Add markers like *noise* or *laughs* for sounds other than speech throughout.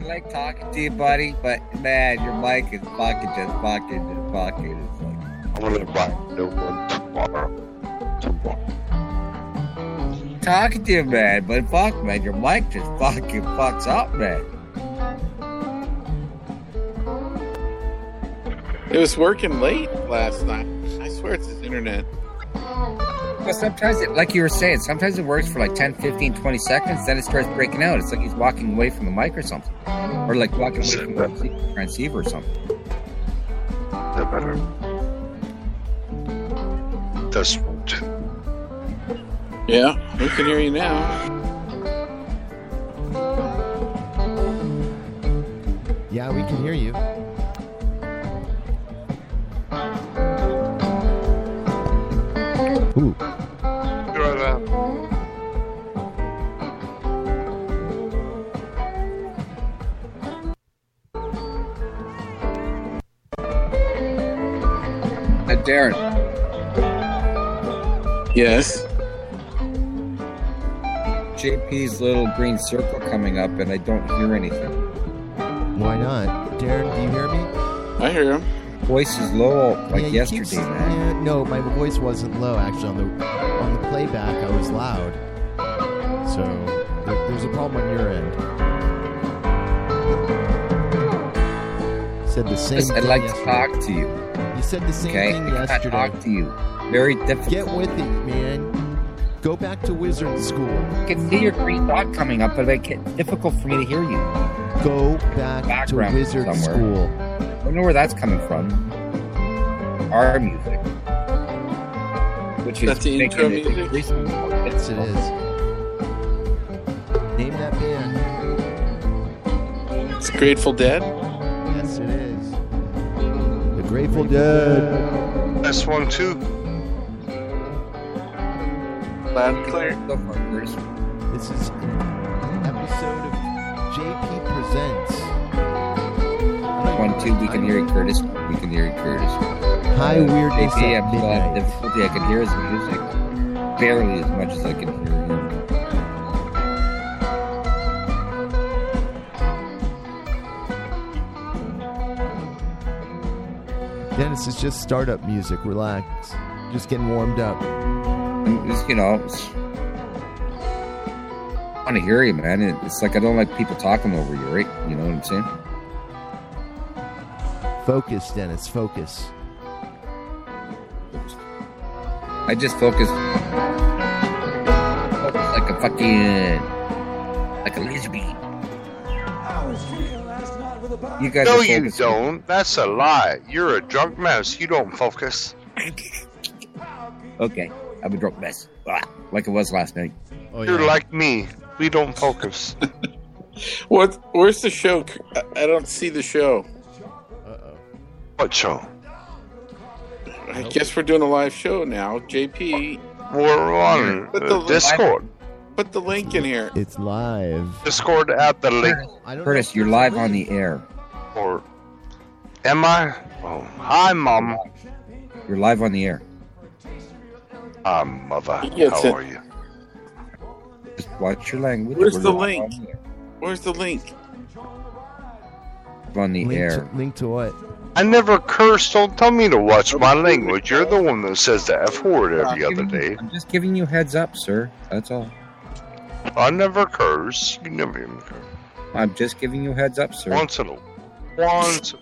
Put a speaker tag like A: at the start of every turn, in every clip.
A: I like talking to you, buddy, but man, your mic is fucking just fucking just fucking. It's like
B: I'm gonna invite no one tomorrow. Tomorrow.
A: talking to you, man, but fuck, man, your mic just fucking fucks up, man.
C: It was working late last night. I swear it's his internet.
A: But sometimes, it, like you were saying, sometimes it works for like 10, 15, 20 seconds, then it starts breaking out. It's like he's walking away from the mic or something. Or like walking away from the rece- transceiver or something.
B: No better. This one too.
C: Yeah, we can hear you now.
D: Yeah, we can hear you. Ooh,
B: Be right back.
A: Uh, Darren,
C: Yes.
A: JP's little green circle coming up, and I don't hear anything.
D: why not? Darren, do you hear me?
C: I hear him.
A: Voice is low like
D: Yeah, you
A: yesterday,
D: keep-
A: man.
D: yeah, no, my voice wasn't low actually on the on the playback. I was loud, so there- there's a problem on your end. Said the same.
A: Listen, I'd
D: thing
A: like to
D: yesterday.
A: talk to you,
D: You said the same
A: okay?
D: thing
A: I can't
D: yesterday.
A: *laughs* talk to you. Very difficult.
D: Get with it, man. Go back to wizard school.
A: I can see your green dot coming up, but like, it's difficult for me to hear you. I
D: Go back
A: Background
D: to wizard
A: somewhere.
D: school.
A: don't know where that's coming from. Our music. Which is
C: That's the intro
A: making it
C: music?
A: increasingly more
D: Yes, it
A: difficult.
D: is. Name that band.
C: It's Grateful Dead.
D: Yes, it is. The Grateful Dead.
B: This one too.
C: Loud and clear.
A: Go for it, Bruce.
D: This is an episode of JP Presents.
A: One, two, we can hear you, Curtis. We can hear you, Curtis.
D: Hi, weirdness
A: JP, I'm
D: at
A: still having
D: midnight.
A: difficulty. I can hear his music barely as much as I can hear him.
D: Dennis, it's just startup music. Relax. Just getting warmed up.
A: I'm just, you know, it's- I want to hear you, man. It- It's like I don't like people talking over you, right? You know what I'm saying?
D: Focus, Dennis. Focus.
A: I just focus, focus like a fucking like a laser beam. You guys
B: No,
A: are
B: you
A: focused.
B: don't. That's a lie. You're a drunk mouse. You don't focus.
A: Okay, I'm a drunk mess, Ah, like it was last night.
D: Oh,
B: You're like me. We don't focus.
C: What? Where's the show? I, I don't see the show.
D: Uh-oh.
B: What show?
C: I guess we're doing a live show now. JP,
B: We're on
C: But the-
B: uh, Discord.
C: put the link in here.
D: It's live.
B: Discord at the link.
D: I don't know
A: Curtis,
D: if
A: you're
D: there's a
A: live on
D: link.
A: the air.
B: Or am I? Oh, hi, mom.
A: You're live on the air.
B: Hi, mother.
C: Yes,
B: How
C: it-
B: are you?
A: Just watch your language.
C: Where's
A: We're
C: the
A: live
C: link?
A: on the air.
C: Where's the link?
A: On the
D: link
A: air.
D: To, link to what?
B: I never curse. Don't tell me to watch my language. You're the one that says the F word every other day.
A: I'm just giving you heads up, sir. That's all.
B: I never curse. You never hear me curse.
A: I'm just giving you heads up, sir.
B: Once in a once.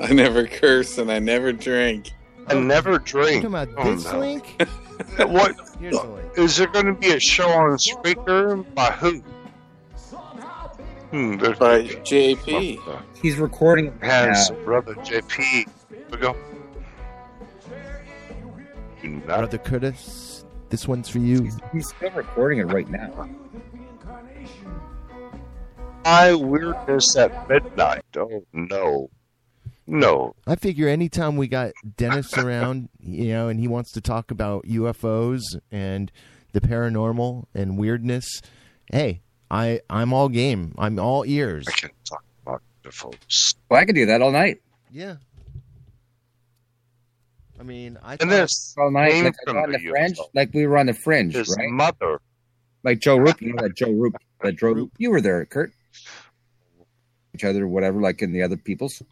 C: I never curse and I never drink.
B: I never
D: You
B: drink.
D: talking about
B: Oh,
D: this
B: no.
D: link?
B: *laughs* What
D: Here's the link.
B: is there going to be a show on speaker by who? Hmm, there's
C: By JP.
A: He's recording.
B: Has
A: now.
B: brother JP. We go. Do not
D: Brother Curtis, this one's for you.
A: He's, he's still recording it right now.
B: my weirdness at midnight. Oh no, no.
D: I figure anytime we got Dennis around, you know, and he wants to talk about UFOs and the paranormal and weirdness, hey, I I'm all game. I'm all ears.
B: I can talk about the folks.
A: Well, I could do that all night.
D: Yeah. I mean, I
B: And
D: thought-
B: this
A: All night.
B: came
A: Like, I
B: from
A: was on the
B: the
A: fringe.
B: UFO.
A: Like we were on the fringe,
B: his
A: right?
B: mother.
A: Like Joe Roop. You know that Joe Roop. that drove. You were there, Kurt. Each other, whatever, like in the other people's.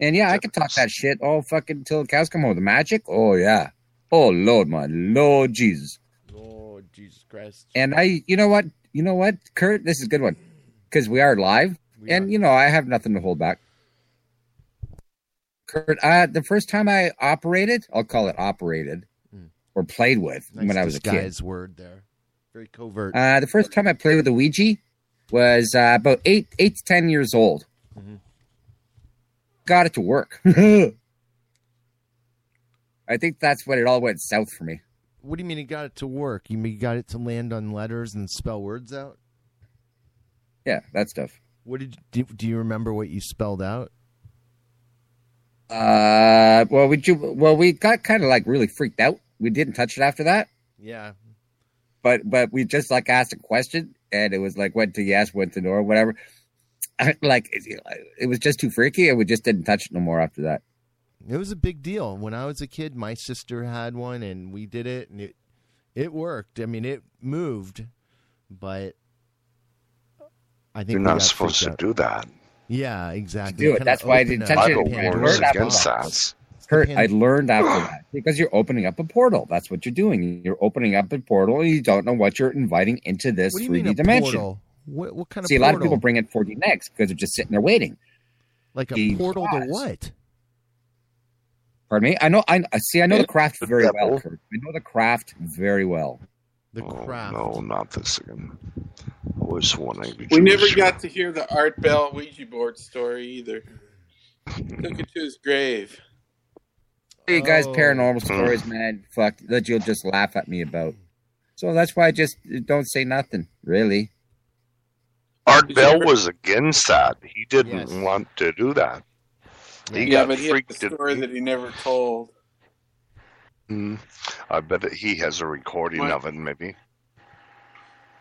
A: And yeah, I could talk that shit all fucking till the cows come home. The magic, oh yeah, oh lord, my lord Jesus.
D: Lord oh, Jesus Christ.
A: And I, you know what, you know what, Kurt, this is a good one because we are live,
D: We
A: and
D: are.
A: you know I have nothing to hold back. Kurt, I, the first time I operated, I'll call it operated,
D: Mm.
A: or played with
D: Nice
A: when I was a kid.
D: disguise word there. Very covert.
A: Uh, the first time I played with a Ouija was uh, about eight, eight to ten years old.
D: Mhm.
A: Got it to
D: *laughs*
A: work. I think that's when it all went south for me.
D: what do you mean you got it to work? You mean you got it to land on letters and spell words out?
A: Yeah, that stuff.
D: What did do, do you remember what you spelled out?
A: Uh, well, we do, well we got kind of like really freaked out. We didn't touch it after that,
D: Yeah.
A: but but we just like asked a question, and it was like went to yes, went to no, or whatever. like it, it was just too freaky, and we just didn't touch it no more after that.
D: It was a big deal. When I was a kid, my sister had one and we did it and it it worked. I mean, it moved, but I think
B: You're
D: we
B: not
D: got
B: supposed to
D: freaked out.
B: do that.
D: Yeah, exactly.
A: do it.
D: Kinda
A: That's why I
D: opened
A: didn't
D: up
A: touch
D: the
A: it.
B: Bible
A: It's
D: Pandora's
B: warns
A: word after
B: against
A: that.
B: that.
D: It's the
A: Kurt, I
D: Pan-
A: learned after that because you're opening up a portal. That's what you're doing. You're opening up a portal, and you don't know what you're inviting into this
D: what do you
A: 3D
D: mean a
A: dimension.
D: portal? What, what kind
A: See,
D: of
A: a lot
D: portal?
A: of people bring in 4D next because they're just sitting there waiting.
D: like a
A: the
D: portal to
A: class.
D: what?
A: Pardon me. I know. I I- see. I know the craft
B: The
A: very well,
B: devil.
A: Kurt. I know the craft very well.
D: The
B: Oh,
D: craft.
B: No, not this again. I was one angry
C: We never
B: Jewish.
C: got to hear the Art Bell Ouija board story either. Took it to his grave.
A: You guys,
D: Oh.
A: paranormal stories, man. Fuck that. You'll just laugh at me about. So that's why I just don't say nothing. Really.
B: Art
C: Did you
B: Bell
C: ever-
B: was against that. He didn't
D: Yes.
B: want to do that. He
C: Yeah,
B: got
C: but he had a
B: freaked.
C: story that he never told.
B: Mm. I bet that he has a recording
C: What?
B: of it, maybe.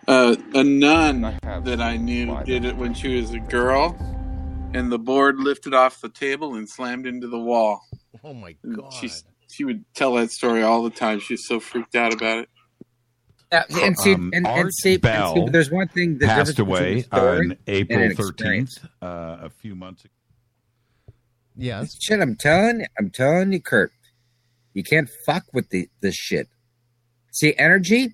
C: Uh, a nun
E: I have
C: that I knew
E: Why
C: did it when she was a girl, and the board lifted off the table and slammed into the wall.
D: Oh my
C: And
D: god.
C: She's, she would tell that story all the time. She's so freaked out about it.
A: Yeah, and see,
E: Um,
A: and, and
E: Art
A: see, and see,
E: Bell
A: there's one thing that
E: passed away on April
A: an experience.
E: thirteenth, uh, a few months ago.
D: Yes.
A: Shit, I'm telling you, I'm telling you, Kurt, you can't fuck with the this shit. See, energy,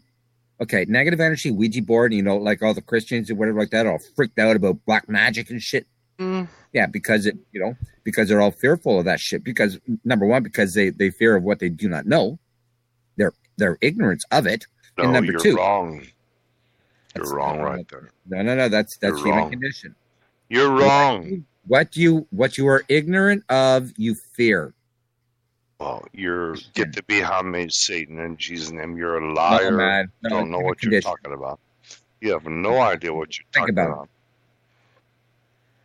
A: okay, negative energy, Ouija board, you know, like all the Christians and whatever like that, all freaked out about black magic and shit.
B: Mm.
A: Yeah, because it, you know, because they're all fearful of that shit. Because number one, because they they fear of what they do not know, their their ignorance of it. And
B: No,
A: number
B: you're
A: two.
B: wrong. You're
A: That's-
B: wrong right there.
A: No, no, no, that's that's
B: You're
A: human
B: wrong.
A: condition.
B: You're wrong.
A: What you what you are ignorant of, you fear.
B: Well, you're get to be handmade Satan in Jesus' name. You're a
A: No,
B: liar.
A: man.
B: You
A: No,
B: don't know
A: human
B: what you're
A: condition.
B: talking about. You have no idea what you're
A: Think
B: talking
A: about it.
B: about.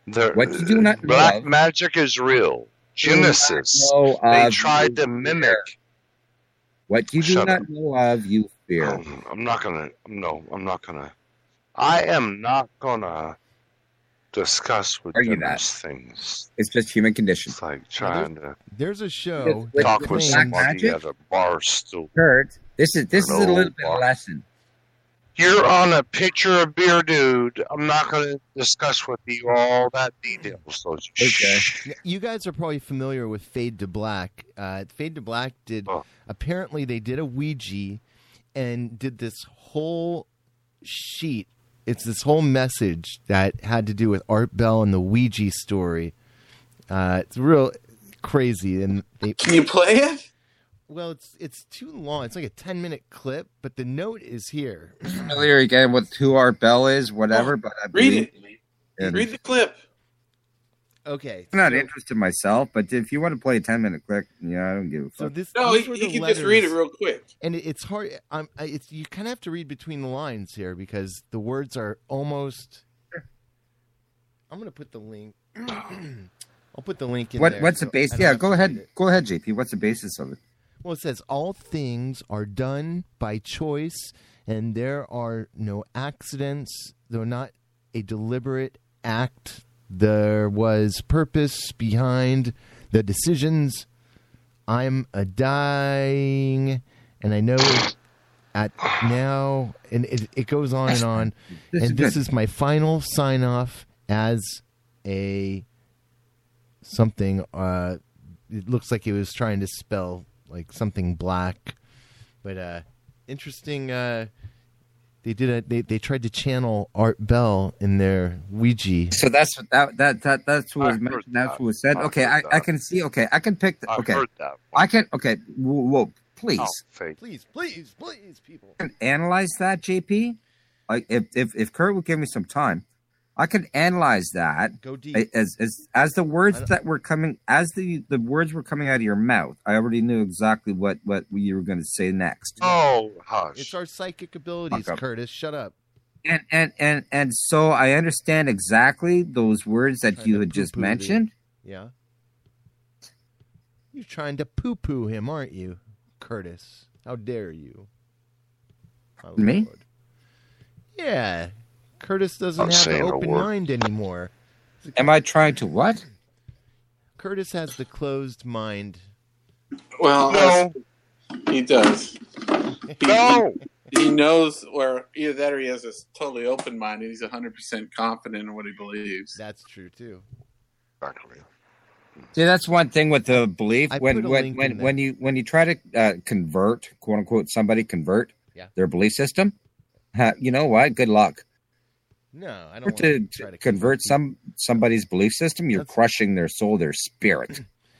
B: There, uh,
A: What you do not know
B: black
A: of-
B: magic is real. Genesis.
A: No,
B: They
A: of
B: tried
A: you
B: to mimic.
A: What you do
B: Shut
A: not know of, you fear.
B: Um, I'm not gonna. No, I'm not gonna. I am not gonna discuss with
A: Are
B: you
A: you
B: these things.
A: It's just human condition.
B: It's like trying to
D: There's a show.
A: With-
B: talk
A: with
B: with
A: black
B: somebody
A: magic?
B: at a bar stool.
A: Kurt, this is this is a
B: No,
A: little bit of a
B: Mark.
A: lesson.
B: You're on a picture of beer, dude. I'm not going to discuss with you all that details. So shh.
D: Yeah, You guys are probably familiar with Fade to Black. Uh, Fade to Black did
B: Oh.
D: apparently they did a Ouija and did this whole sheet. It's this whole message that had to do with Art Bell and the Ouija story. Uh, it's real crazy, and they
C: Can you play it?
D: well, it's it's too long. It's like a ten minute clip, but the note is here.
A: Familiar again with who Art Bell is, whatever. but I
C: Oh, Read
A: believe
C: it.
A: in-
C: Read the clip.
D: Okay,
A: I'm not
D: so,
A: interested myself, but if you want to play a ten minute clip, yeah, I don't give a
D: so
A: fuck.
D: this
C: No, he,
D: these were
C: he
D: the
C: can just read it
D: letters.
C: real quick.
D: and it, it's hard. I'm, I, it's you kind of have to read between the lines here because the words are almost. I'm gonna put the link. *clears throat* I'll put the link in
A: What
D: there
A: what's
D: so
A: the base?
D: I don't
A: Yeah,
D: have
A: go
D: to
A: ahead,
D: read it.
A: go ahead, JP. What's the basis of it?
D: Well, it says all things are done by choice, and there are no accidents, though not a deliberate act. There was purpose behind the decisions. I'm a dying, and I know at now, and it, it goes on and on.
A: This
D: and
A: is
D: this
A: good.
D: is my final sign off as a something. Uh, it looks like he was trying to spell like something black, but uh, interesting. Uh, they did a they they tried to channel Art Bell in their Ouija.
A: So that's what that that, that that's what
B: I've
A: was mentioned.
B: heard
A: That's
B: that.
A: what was said.
B: I've
A: okay,
B: heard
A: I, I
B: that.
A: can see. Okay, I can pick. The,
B: I've
A: okay,
B: heard that.
A: I can. Okay, whoa, whoa please
B: Oh, fake.
D: Please, please, please, people.
A: I can analyze that, JP. Like if if if Kurt would give me some time, I can analyze that
D: Go deep.
A: I- as as as the
D: I
A: words
D: don't-
A: that were coming as the the words were coming out of your mouth. I already knew exactly what what you were going to say next.
B: Oh, hush.
D: it's our psychic abilities,
A: Fuck up.
D: Curtis. Shut up.
A: and and and and so I understand exactly those words that
D: Trying
A: you
D: to
A: had just
D: poo-poo the-
A: mentioned.
D: Yeah. You're trying to poo poo him, aren't you, Curtis? How dare you? My
A: Me?
D: lord. Yeah. Curtis doesn't
B: I'm
D: have
B: saying
D: an
B: a
D: open
B: word.
D: mind anymore.
A: Am I trying to what?
D: Curtis has the closed mind.
C: Well,
B: No,
C: he does. He,
B: no.
C: he knows, or either that, or he has a totally open mind, and he's hundred percent confident in what he believes.
D: That's true too.
B: Exactly.
A: See, that's one thing with the belief
D: I put
A: when
D: a
A: when
D: link in
A: when,
D: there.
A: when you when you try to uh, convert quote unquote somebody convert
D: Yeah.
A: their belief system. Uh, you know what? Good luck.
D: No, I don't
A: Or
D: want
A: to,
D: try to
A: to convert some somebody's belief system, you're
D: That's-
A: crushing their soul, their
D: *clears throat*
A: spirit.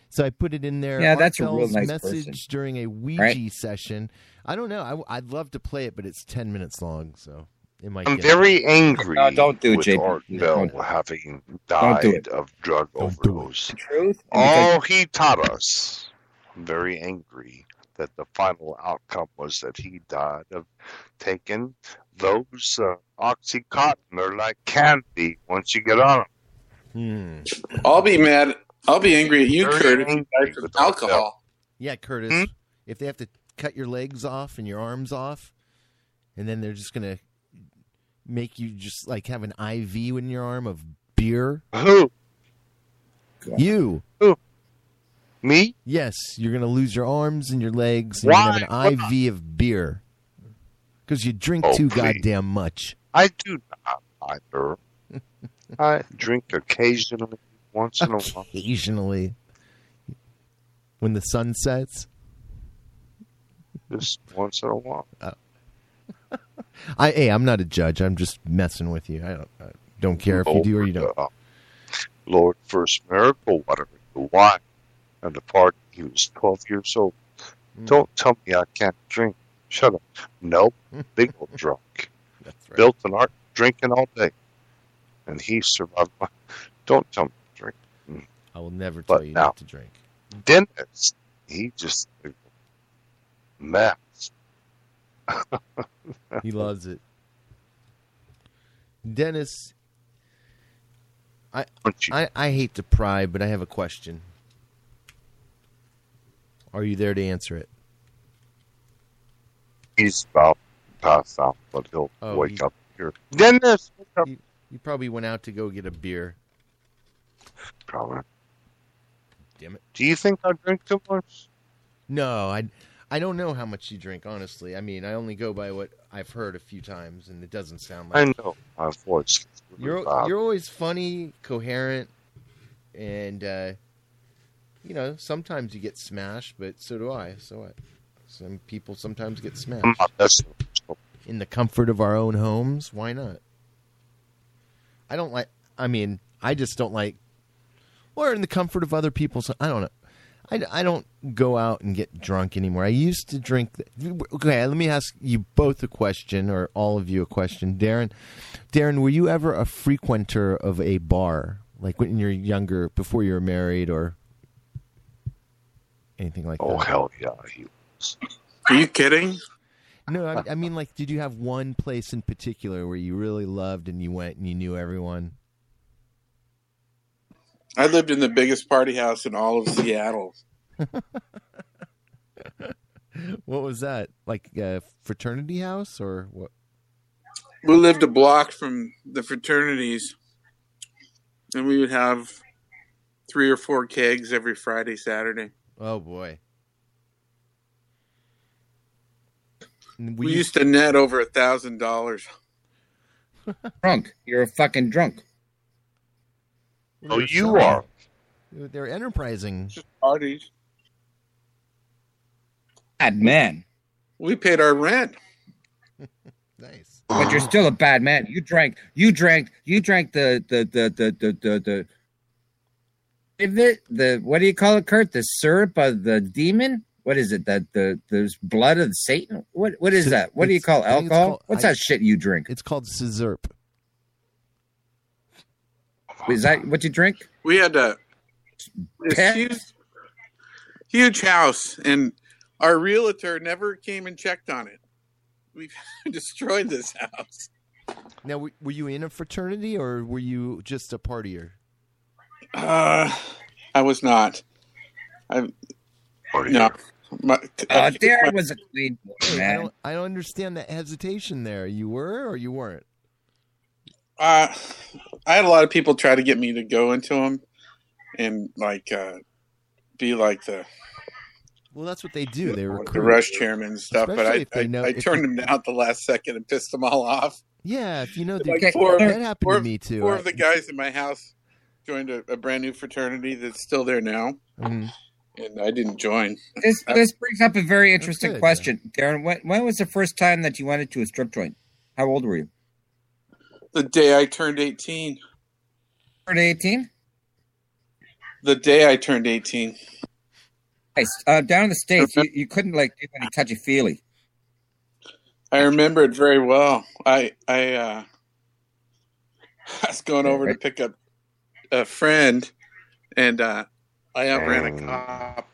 D: So I put it in there.
A: Yeah,
D: Art
A: that's a real
D: Bell's
A: nice
D: message
A: person.
D: during a Ouija
A: Right.
D: session. I don't know. I, would love to play it, but it's ten minutes long, so it might.
B: I'm
D: get-
B: very angry
A: No, don't do it,
B: with
A: JP.
B: Art
A: No,
B: Bell
A: don't.
B: having
A: Don't
B: died
A: do it.
B: of drug
D: Don't do it.
B: overdose.
A: Truth.
B: All he taught us, I'm very angry that the final outcome was that he died of taking those uh, Oxycontin. They're like candy once you get on them.
D: Hmm.
C: I'll be mad. I'll be angry at you,
B: Very
C: Kurt, if you
B: angry
C: die from
B: with that.
C: alcohol.
D: Yeah, Curtis.
B: Hmm?
D: If they have to cut your legs off and your arms off, and then they're just gonna make you just like have an IV in your arm of beer.
B: Who?
D: You,
B: Me?
D: yes, you're gonna lose your arms and your legs. And
B: Why?
D: You're gonna have an IV of beer because you drink
B: Oh,
D: too
B: please.
D: goddamn much.
B: I do not
D: *laughs*
B: either. I drink occasionally, once
D: *laughs*
B: in a while.
D: Occasionally, when the sun sets,
B: Just once in a while.
D: I hey, I'm not a judge. I'm just messing with you. I don't I don't care if you do or you don't.
B: Uh, Lord, first miracle water the wine and the party. He was 12 years old.
D: Mm.
B: Don't tell me I can't drink. Shut up.
D: *laughs*
B: No, big old drunk.
D: That's
B: Built an art drinking all day. And he survived. My, don't tell me to drink.
D: I will never
B: But
D: tell you not
B: now-
D: to drink.
B: Dennis, he just mess.
D: He loves it. Dennis,
B: Don't you?
D: I, I hate to pry, but I have a question. Are you there to answer it?
B: He's about to pass out, but he'll
D: Oh,
B: wake
D: he-
B: up here. Dennis, wake up.
D: he- You probably went out to go get a beer.
B: Probably.
D: Damn it.
B: Do you think I drink too much?
D: No, I I don't know how much you drink, honestly. I mean, I only go by what I've heard a few times, and it doesn't sound like
B: I know my voice. is really
D: you're
B: loud.
D: you're always funny, coherent, and uh, you know sometimes you get smashed, but so do I. So I, some people sometimes get smashed.
B: I'm not listening.
D: in the comfort of our own homes. Why not? I don't like. I mean, I just don't like. Or in the comfort of other people's. I don't know. I, I don't go out and get drunk anymore. I used to drink. Okay, let me ask you both a question, or all of you a question. Darren, Darren, were you ever a frequenter of a bar, like when you're younger, before you were married, or anything like
B: Oh
D: that?
B: hell yeah! He,
C: Are you kidding?
D: No, I, I mean, like, did you have one place in particular where you really loved and you went and you knew everyone?
C: I lived in the biggest party house in all of Seattle.
D: What was that? Like a fraternity house or what?
C: we lived a block from the fraternities, and we would have three or four kegs every Friday, Saturday.
D: Oh boy. And
C: We used to net over a thousand dollars.
A: Drunk. You're a fucking drunk.
D: we
B: Oh,
D: were
B: you
D: selling-
B: are.
D: They're enterprising.
C: Just parties.
A: Bad man.
C: We paid our rent.
D: Nice.
A: But
B: *sighs*
A: you're still a bad man. You drank. You drank. You drank the the the the the the. the the, the what do you call it, Kurt? The syrup of the demon? What is it? That the there's blood of Satan? What what is
D: Sy-
A: that? What do you
D: it's-
A: call
D: I think it's
A: alcohol?
D: called-
A: What's
D: I-
A: that shit you drink?
D: It's called Scissorp.
A: Is that what you drink?
C: We had a this
A: Pet?
C: huge, huge house, and our realtor never came and checked on it. We've *laughs* destroyed this house.
D: Now, w- were you in a fraternity or were you just a partier?
C: Uh, I was not.
B: Party.
C: No. My,
A: Oh,
C: uh,
A: there was a clean boy,
D: Hey, I,
A: man.
D: don't, I don't understand that hesitation there. You were or you weren't?
C: uh, I had a lot of people try to get me to go into them and like uh, be like the,
D: Well, that's what they do. They
C: the
D: recruit.
C: rush chairman and stuff,
D: Especially if
C: but I,
D: they
C: I,
D: know-
C: I
D: if
C: turned them down at the last second and pissed them all off.
D: Yeah, if you know the,
C: Like
A: Okay,
C: four,
D: that happened
C: four
D: to
C: of-
D: me too.
C: four
D: I-
C: of the guys in my house joined a, a brand new fraternity that's still there now.
D: Mhm.
C: and I didn't join.
A: This this brings up a very interesting
D: good,
A: question, Darren. When, when was the first time that you went into a strip joint? How old were you?
C: The day I turned 18.
A: Turned eighteen.
C: The day I turned 18.
A: Nice. Uh, down in the states, you, you couldn't like do any touchy feely.
C: I remember it very well. I I uh *laughs* I was going over to pick up a friend and uh I outran a cop,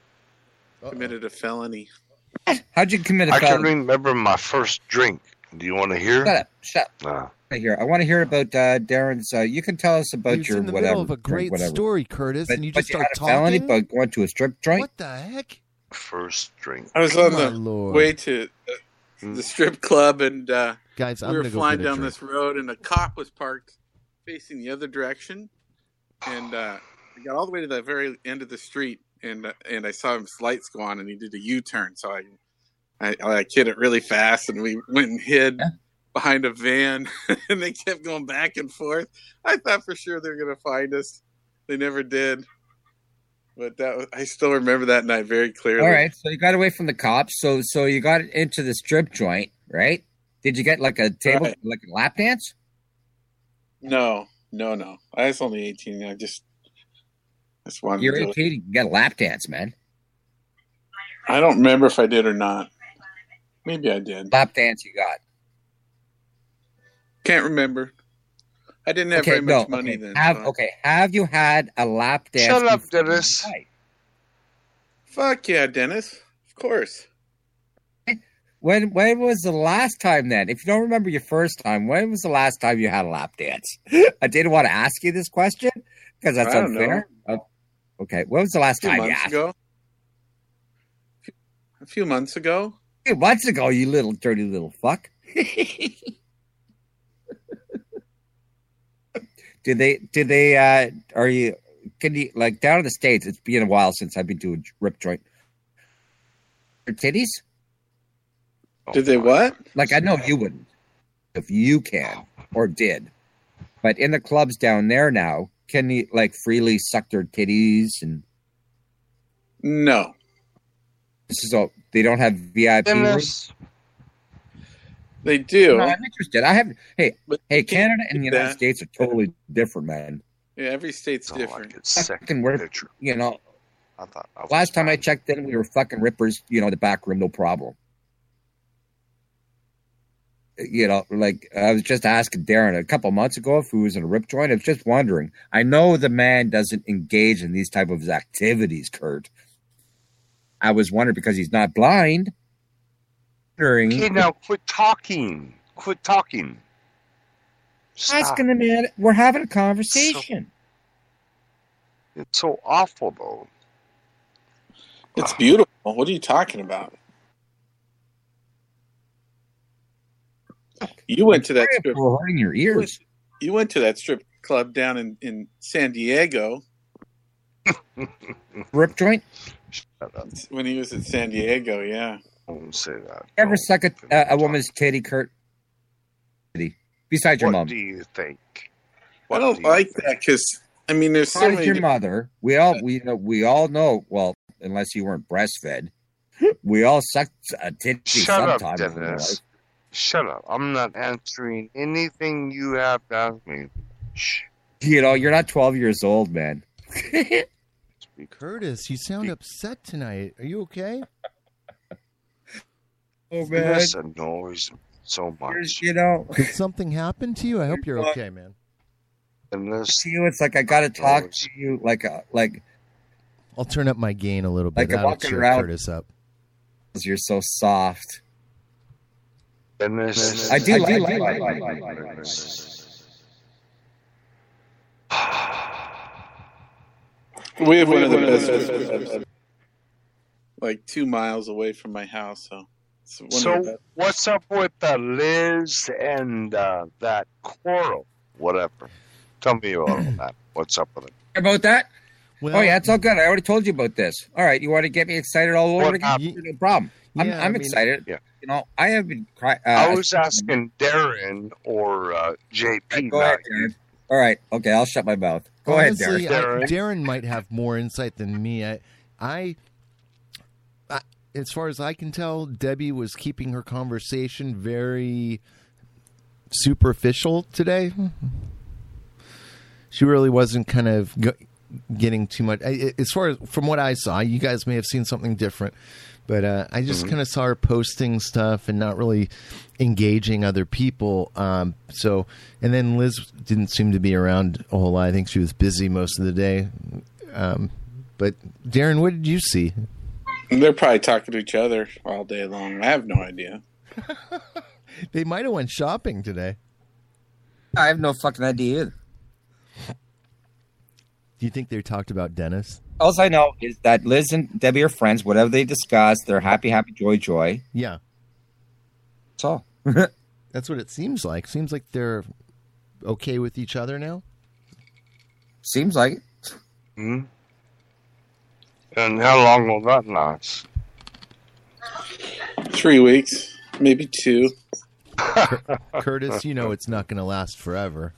D: Uh-oh.
C: committed a felony.
A: How'd you commit a
B: I can
A: felony?
B: remember my first drink. Do you want to hear?
A: Shut up! Shut up!
B: Nah.
A: I hear. I want to hear about uh, Darren's. Uh, you can tell us
D: He
A: about
D: was
A: your
D: in the
A: whatever.
D: middle of a great
A: whatever.
D: story, Curtis,
A: But,
D: and you
A: but
D: just start
A: had a felony,
D: talking.
A: but going to a strip joint.
D: What the heck?
B: First drink.
C: I was
D: Oh,
C: on
D: my
C: the
D: lord,
C: way to the strip club and uh
D: guys! I'm
C: we were
D: gonna go
C: flying
D: get a
C: down
D: drink.
C: this road and a cop was parked facing the other direction and uh, i got all the way to the very end of the street and uh, and i saw his lights go on and he did a u-turn so i i, I hit it really fast and we went and hid
A: Yeah.
C: behind a van *laughs* and they kept going back and forth i thought for sure they were going to find us they never did but that was, i still remember that night very clearly
A: All right, so you got away from the cops. So so you got into the strip joint, right? Did you get like a table,
C: Right.
A: like a lap dance?
C: no no no i was only 18 i just I just wanted
A: You're
C: to do it.
A: 18. You can get a lap dance, man.
C: I don't remember if I did or not. Maybe I did.
A: Lap dance, you got.
C: Can't remember. I didn't have very much money
A: okay.
C: then.
A: Have
C: so-
A: okay. Have you had a lap dance?
B: Shut up,
A: before in your
B: Dennis.
A: life?
C: Fuck yeah, Dennis. Of course.
A: When when was the last time then? If you don't remember your first time, when was the last time you had a lap dance? *laughs* I didn't want to ask you this question because that's
C: I don't
A: unfair. Oh, okay, when was the last
C: A few
A: time you
C: months
A: asked?
C: ago. A few months ago.
A: Hey, months ago, you little dirty little fuck. *laughs* did they? Did they? uh Are you? Can you like down in the states? It's been a while since I've been doing rip joint. Your titties?
B: Oh,
C: Did they
B: my-
C: what?
A: Like I know you wouldn't, if you can or did, but in the clubs down there now, can you like freely suck their titties? And
C: No.
A: this is all they don't have VIP. rooms?
B: Dennis.
C: They do.
A: No, I'm interested. I have. Hey,
C: But
A: hey,
C: you can't
A: Canada and the
C: do
A: United
C: that.
A: States are totally different, man.
C: Yeah, every state's
B: Oh, I
C: different.
B: get sick.
A: Fucking work.
B: Picture.
A: You know,
B: I thought I was
A: last time I
B: fine.
A: checked in, we were fucking rippers. You know, in the back room, no problem. You know, like I was just asking Darren a couple months ago if he was in a rip joint. I was just wondering. I know the man doesn't engage in these type of activities, Kurt. I was wondering because he's not blind. Wondering,
B: Okay, now quit talking. Quit talking. Stop.
A: asking the man, we're having a conversation.
B: It's so awful, though. *laughs*
C: It's beautiful. What are you talking about? You went to that
A: Sorry if
C: strip.
A: we're hurting your
C: You
A: ears.
C: went, you went to that strip club down in, in San Diego.
A: Rip joint.
B: Shut up.
C: when he was at San Diego, yeah.
B: won't say that.
A: Ever
B: Don't
A: suck a,
B: give me
A: a, a
B: time.
A: woman's titty, Kurt? Titty. Besides your
B: What
A: mom.
B: do you think?
C: I don't
B: do you
C: like
B: think?
C: that because I mean, there's so
A: Besides
C: many.
A: your mother. We
B: uh,
A: all we know we all know. Well, unless you weren't breastfed, we all sucked a titty
B: Shut up,
A: sometime. in our
B: Dennis.
A: life.
B: Shut up. I'm not answering anything you have to ask me. Shh.
A: You know, you're not 12 years old, man.
D: Curtis, you sound upset tonight. Are you okay?
C: *laughs*
A: Oh
B: This annoys me so
A: Here's-
B: much.
A: you know,
D: Did something happen to you? I hope you're
A: You're
D: okay, man.
B: And this
A: to you, it's like I gotta talk to you, like a like
D: I'll turn up my gain a little bit.
A: Like a
D: That'll
A: walking
D: cheer
A: around.
D: Curtis up.
A: you're so soft.
B: and this
A: I do,
B: I
A: like,
B: do
A: like- like-
C: We have one of the best. Like two miles away from my house, so. It's one of the
B: So
C: best.
B: what's up with the Liz and uh, that quarrel? Whatever. Tell me all of that. What's up with it?
A: about that.
D: Well,
A: oh yeah, it's all good. I already told you about this. All right, you want to get me excited all over
B: What
A: again?
D: happened?
A: No problem. I'm,
D: Yeah, I
A: I'm
D: mean-
A: excited.
B: Yeah.
A: You know, I have been crying. Uh,
B: I was asking Darren or uh,
A: *laughs*
B: JP.
A: Go ahead,
B: not you.
A: Darren. All right, okay, I'll shut my mouth. Go ahead,
D: honestly,
A: Darren.
D: I-
B: Darren.
D: Darren might have more insight than me. I, I, I, as far as I can tell, Debbie was keeping her conversation very superficial today. She really wasn't kind of go, getting too much. I- I, as far as from what I saw, you guys may have seen something different, but uh, I just kind of saw her posting stuff and not really engaging other people. Um, so, and then Liz didn't seem to be around a whole lot. I think she was busy most of the day. Um, but Darren, what did you see?
C: They're probably talking to each other all day long. I have no idea.
D: They might have went shopping today.
A: I have no fucking idea. Either.
D: Do you think they talked about Dennis?
A: All I know is that Liz and Debbie are friends. Whatever they discuss, they're happy, happy, joy, joy.
D: Yeah,
A: That's all.
D: that's what it seems like. Seems like they're okay with each other now.
A: Seems like it.
B: Hmm? And how long will that last? *laughs*
C: Three weeks, maybe two.
D: Curtis, you know it's not going to last forever.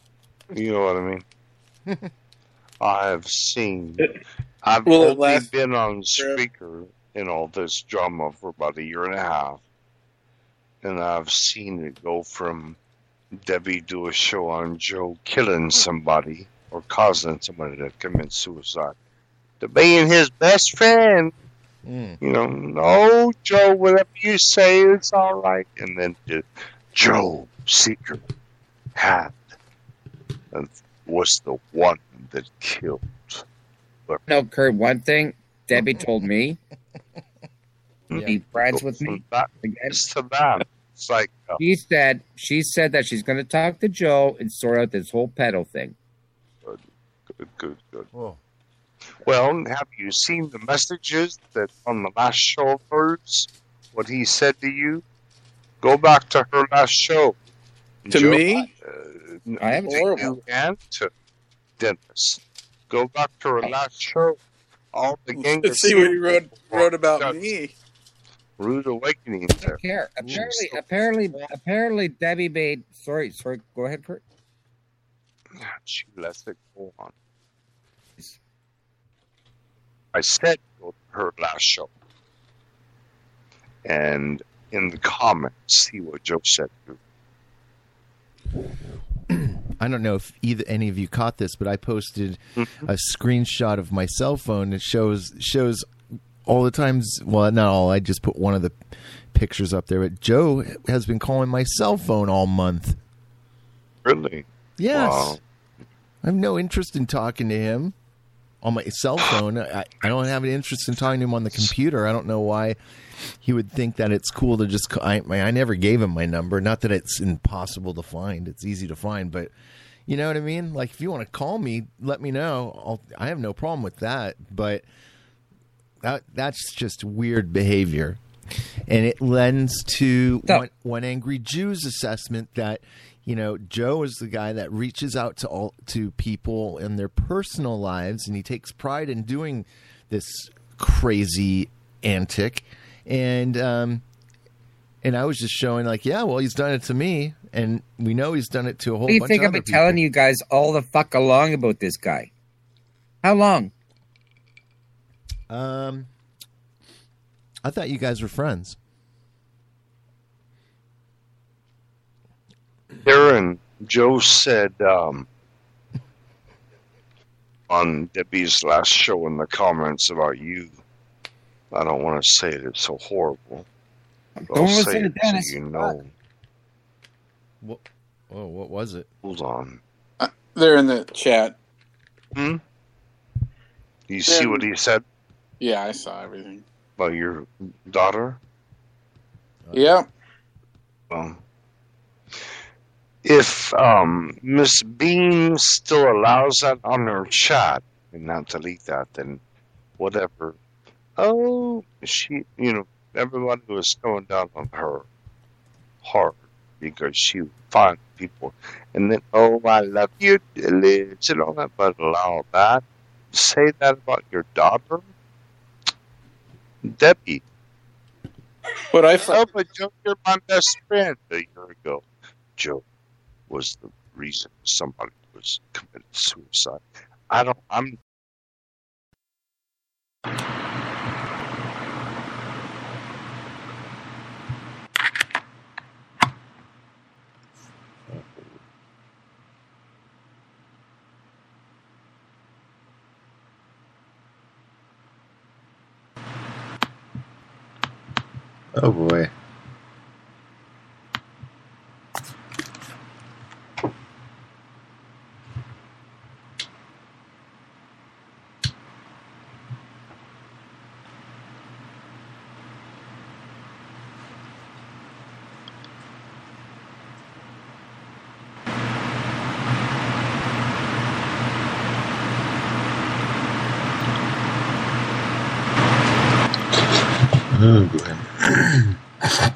B: You know what I mean? I have seen. I've
C: Will it
B: only
C: last
B: been on
C: forever?
B: speaker in all this drama for about a year and a half. And I've seen it go from Debbie do a show on Joe killing somebody or causing somebody to commit suicide to being his best friend. You know, no, Joe, whatever you say, it's all right. And then to Joe Seeker had and was the one that killed.
A: No, Kurt. One thing Debbie told me.
D: *laughs* Yeah.
A: Be friends with
D: *laughs*
A: me
B: That
A: again.
B: is to that. It's like, uh,
A: She said she said that she's going to talk to Joe and sort out this whole pedal thing.
B: good, good, good.
D: Oh.
B: Well, have you seen the messages that on the last show of hers, what he said to you? Go back to her last show.
C: To me?
B: Uh,
A: I haven't-
B: to you and to Dennis. Go back to her last show. All the gang
C: Let's *laughs* see what
B: *laughs*
C: he wrote wrote about me.
B: Rude awakening
A: I
B: there.
A: don't care. Apparently,
B: so-
A: apparently, apparently, Debbie made. Sorry, sorry. Go ahead, Kurt.
B: She lets it go on.
A: Yes.
B: I said go to her last show. And in the comments, see what Joe said. to
D: I don't know if either any of you caught this, but I posted a screenshot of my cell phone that shows shows all the times. Well, not all. I just put one of the pictures up there, but Joe has been calling my cell phone all month.
B: Really?
D: Yes,
B: Wow.
D: I have no interest in talking to him on my cell phone. I, I don't have an interest in talking to him on the computer. I don't know why he would think that it's cool to just. ca- I I never gave him my number. Not that it's impossible to find. It's easy to find, but you know what I mean. Like if you want to call me, let me know. I'll, I have no problem with that. But that that's just weird behavior. And it lends to
A: So-
D: one, one angry Jew's assessment that you know Joe is the guy that reaches out to all to people in their personal lives, and he takes pride in doing this crazy antic. And um, and I was just showing like, yeah, well, he's done it to me, and we know he's done it to a whole.
A: What do you
D: bunch
A: think
D: of
A: I've been
D: other people.
A: telling you guys all the fuck along about this guy? How long?
D: Um, I thought you guys were friends.
B: Aaron, Joe said um, on Debbie's last show in the comments about you. I don't want to say it; it's so horrible. But I'll
A: Don't listen
B: say
A: to
B: it so
A: Dennis.
B: you know.
D: What? Oh, what was it?
B: Hold on.
C: They're in the chat.
B: You see
C: Yeah.
B: what he said
C: Yeah, I saw everything.
B: about your daughter?
C: Yep.
B: Well, Um, if um, Miss Bean still allows that on her chat, and not delete that, then whatever. Oh, she, you know, everybody was going down on her hard because she would find people, and then, oh, I love you, Liz, and all that, but allow that. Say that about your daughter, Debbie.
C: What I
B: Oh,
C: thought,
B: but Joe, you're my best friend. A year ago, Joe was the reason somebody was committed suicide. I don't. I'm.
F: Oh boy. Oh boy.